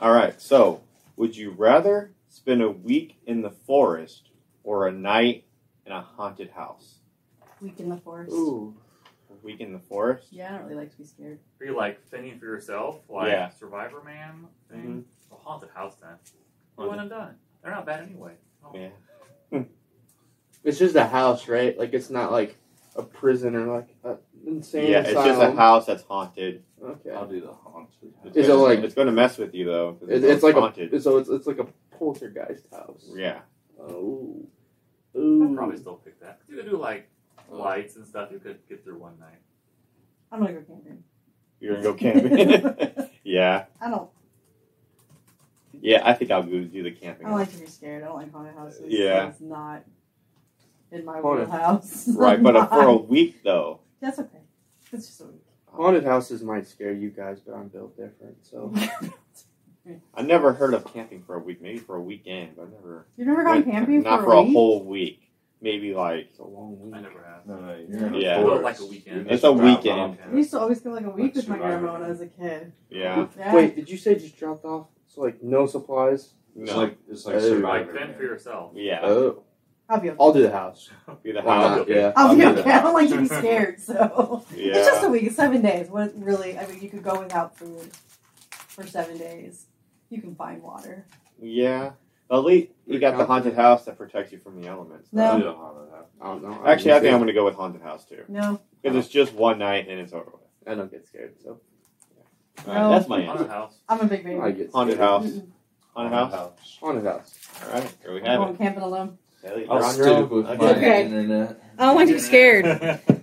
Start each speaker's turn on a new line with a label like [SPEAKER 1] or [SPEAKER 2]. [SPEAKER 1] All right. So, would you rather spend a week in the forest or a night in a haunted house?
[SPEAKER 2] Week in the forest.
[SPEAKER 3] Ooh.
[SPEAKER 1] A week in the forest.
[SPEAKER 2] Yeah, I don't really like to be scared.
[SPEAKER 4] Are you like fending for yourself, like
[SPEAKER 1] Yeah.
[SPEAKER 4] Survivor Man thing? Well, haunted house then. Well, when I'm done, they're not bad anyway. Oh.
[SPEAKER 1] Yeah.
[SPEAKER 3] It's just a house, right? Like it's not like a prison or like an insane
[SPEAKER 1] yeah,
[SPEAKER 3] asylum.
[SPEAKER 1] it's just a house that's haunted.
[SPEAKER 3] Okay.
[SPEAKER 5] I'll do the haunted house.
[SPEAKER 3] Is it
[SPEAKER 1] gonna,
[SPEAKER 3] like-
[SPEAKER 1] it's going to mess with you though? 'cause
[SPEAKER 3] It, it's like
[SPEAKER 1] haunted.
[SPEAKER 3] a so it's, it's like a poltergeist house.
[SPEAKER 1] yeah.
[SPEAKER 3] Oh.
[SPEAKER 4] I'd
[SPEAKER 3] Ooh.
[SPEAKER 4] probably still pick that. 'Cause You could do like
[SPEAKER 1] Uh,
[SPEAKER 4] lights and stuff. You could get through one night.
[SPEAKER 2] I'm gonna go camping.
[SPEAKER 1] You're gonna go camping. yeah.
[SPEAKER 2] I don't.
[SPEAKER 1] Yeah. I think I'll go do the
[SPEAKER 2] Oh, I
[SPEAKER 1] camping.
[SPEAKER 2] don't like to be scared. I don't like haunted houses. so
[SPEAKER 1] Yeah.
[SPEAKER 2] It's not in my
[SPEAKER 3] Haunted-
[SPEAKER 2] wheelhouse.
[SPEAKER 1] right, but a,
[SPEAKER 2] Not-
[SPEAKER 1] for a week though.
[SPEAKER 2] That's okay. It's just a week.
[SPEAKER 3] Haunted houses might scare you guys, but I'm built different. So
[SPEAKER 4] Mm-hmm.
[SPEAKER 1] I never heard of camping for a week. Maybe for a weekend, but I've never.
[SPEAKER 2] You've never gone
[SPEAKER 1] went-
[SPEAKER 2] camping
[SPEAKER 1] not
[SPEAKER 2] for,
[SPEAKER 1] for
[SPEAKER 2] a
[SPEAKER 1] a
[SPEAKER 2] week?
[SPEAKER 1] whole week. Maybe like
[SPEAKER 3] it's a long
[SPEAKER 4] I
[SPEAKER 3] week.
[SPEAKER 4] never have.
[SPEAKER 5] No, no, you're in
[SPEAKER 1] Yeah.
[SPEAKER 5] a forest.
[SPEAKER 4] Like a weekend.
[SPEAKER 1] It's a weekend.
[SPEAKER 2] I used to always go like a week
[SPEAKER 5] Like
[SPEAKER 2] with my
[SPEAKER 5] Survivor.
[SPEAKER 2] grandma when I was a kid.
[SPEAKER 1] yeah.
[SPEAKER 2] Yeah.
[SPEAKER 3] Wait, did you say just dropped off? So like no supplies?
[SPEAKER 5] It's
[SPEAKER 1] No.
[SPEAKER 5] like it's like
[SPEAKER 3] Oh.
[SPEAKER 5] survivor.
[SPEAKER 4] Like fend for
[SPEAKER 5] Man.
[SPEAKER 4] yourself.
[SPEAKER 1] yeah.
[SPEAKER 3] Oh.
[SPEAKER 2] I'll be okay.
[SPEAKER 3] I'll do the house.
[SPEAKER 1] Be the
[SPEAKER 3] Why
[SPEAKER 1] house.
[SPEAKER 3] not? Yeah.
[SPEAKER 2] I'll be
[SPEAKER 3] I'll do
[SPEAKER 2] okay.
[SPEAKER 3] that.
[SPEAKER 2] I don't like to be scared, so
[SPEAKER 1] Yeah.
[SPEAKER 2] it's just a week. It's seven days. What really? I mean, you could go without food for seven days. You can find water.
[SPEAKER 1] Yeah. At least you got the haunted house that protects you from the elements.
[SPEAKER 2] No.
[SPEAKER 5] I'll do the haunted house.
[SPEAKER 3] I don't know.
[SPEAKER 1] Actually, I think I'm going to go with haunted house too
[SPEAKER 2] No,
[SPEAKER 1] because it's just one night and it's over with.
[SPEAKER 3] I don't get scared. So
[SPEAKER 1] All right,
[SPEAKER 2] No.
[SPEAKER 1] That's my
[SPEAKER 4] Haunted
[SPEAKER 1] answer.
[SPEAKER 4] house.
[SPEAKER 2] I'm a big baby.
[SPEAKER 3] I get
[SPEAKER 1] Haunted
[SPEAKER 3] scared.
[SPEAKER 1] house.
[SPEAKER 2] Mm-mm.
[SPEAKER 1] Haunted house.
[SPEAKER 3] Haunted house.
[SPEAKER 1] All right. Here we
[SPEAKER 2] I'm
[SPEAKER 1] have it.
[SPEAKER 2] going camping alone.
[SPEAKER 1] Ellie, you're
[SPEAKER 5] I'll
[SPEAKER 1] on your own.
[SPEAKER 5] stick with
[SPEAKER 1] Okay.
[SPEAKER 5] my
[SPEAKER 6] Okay.
[SPEAKER 5] internet.
[SPEAKER 6] I don't like to be scared.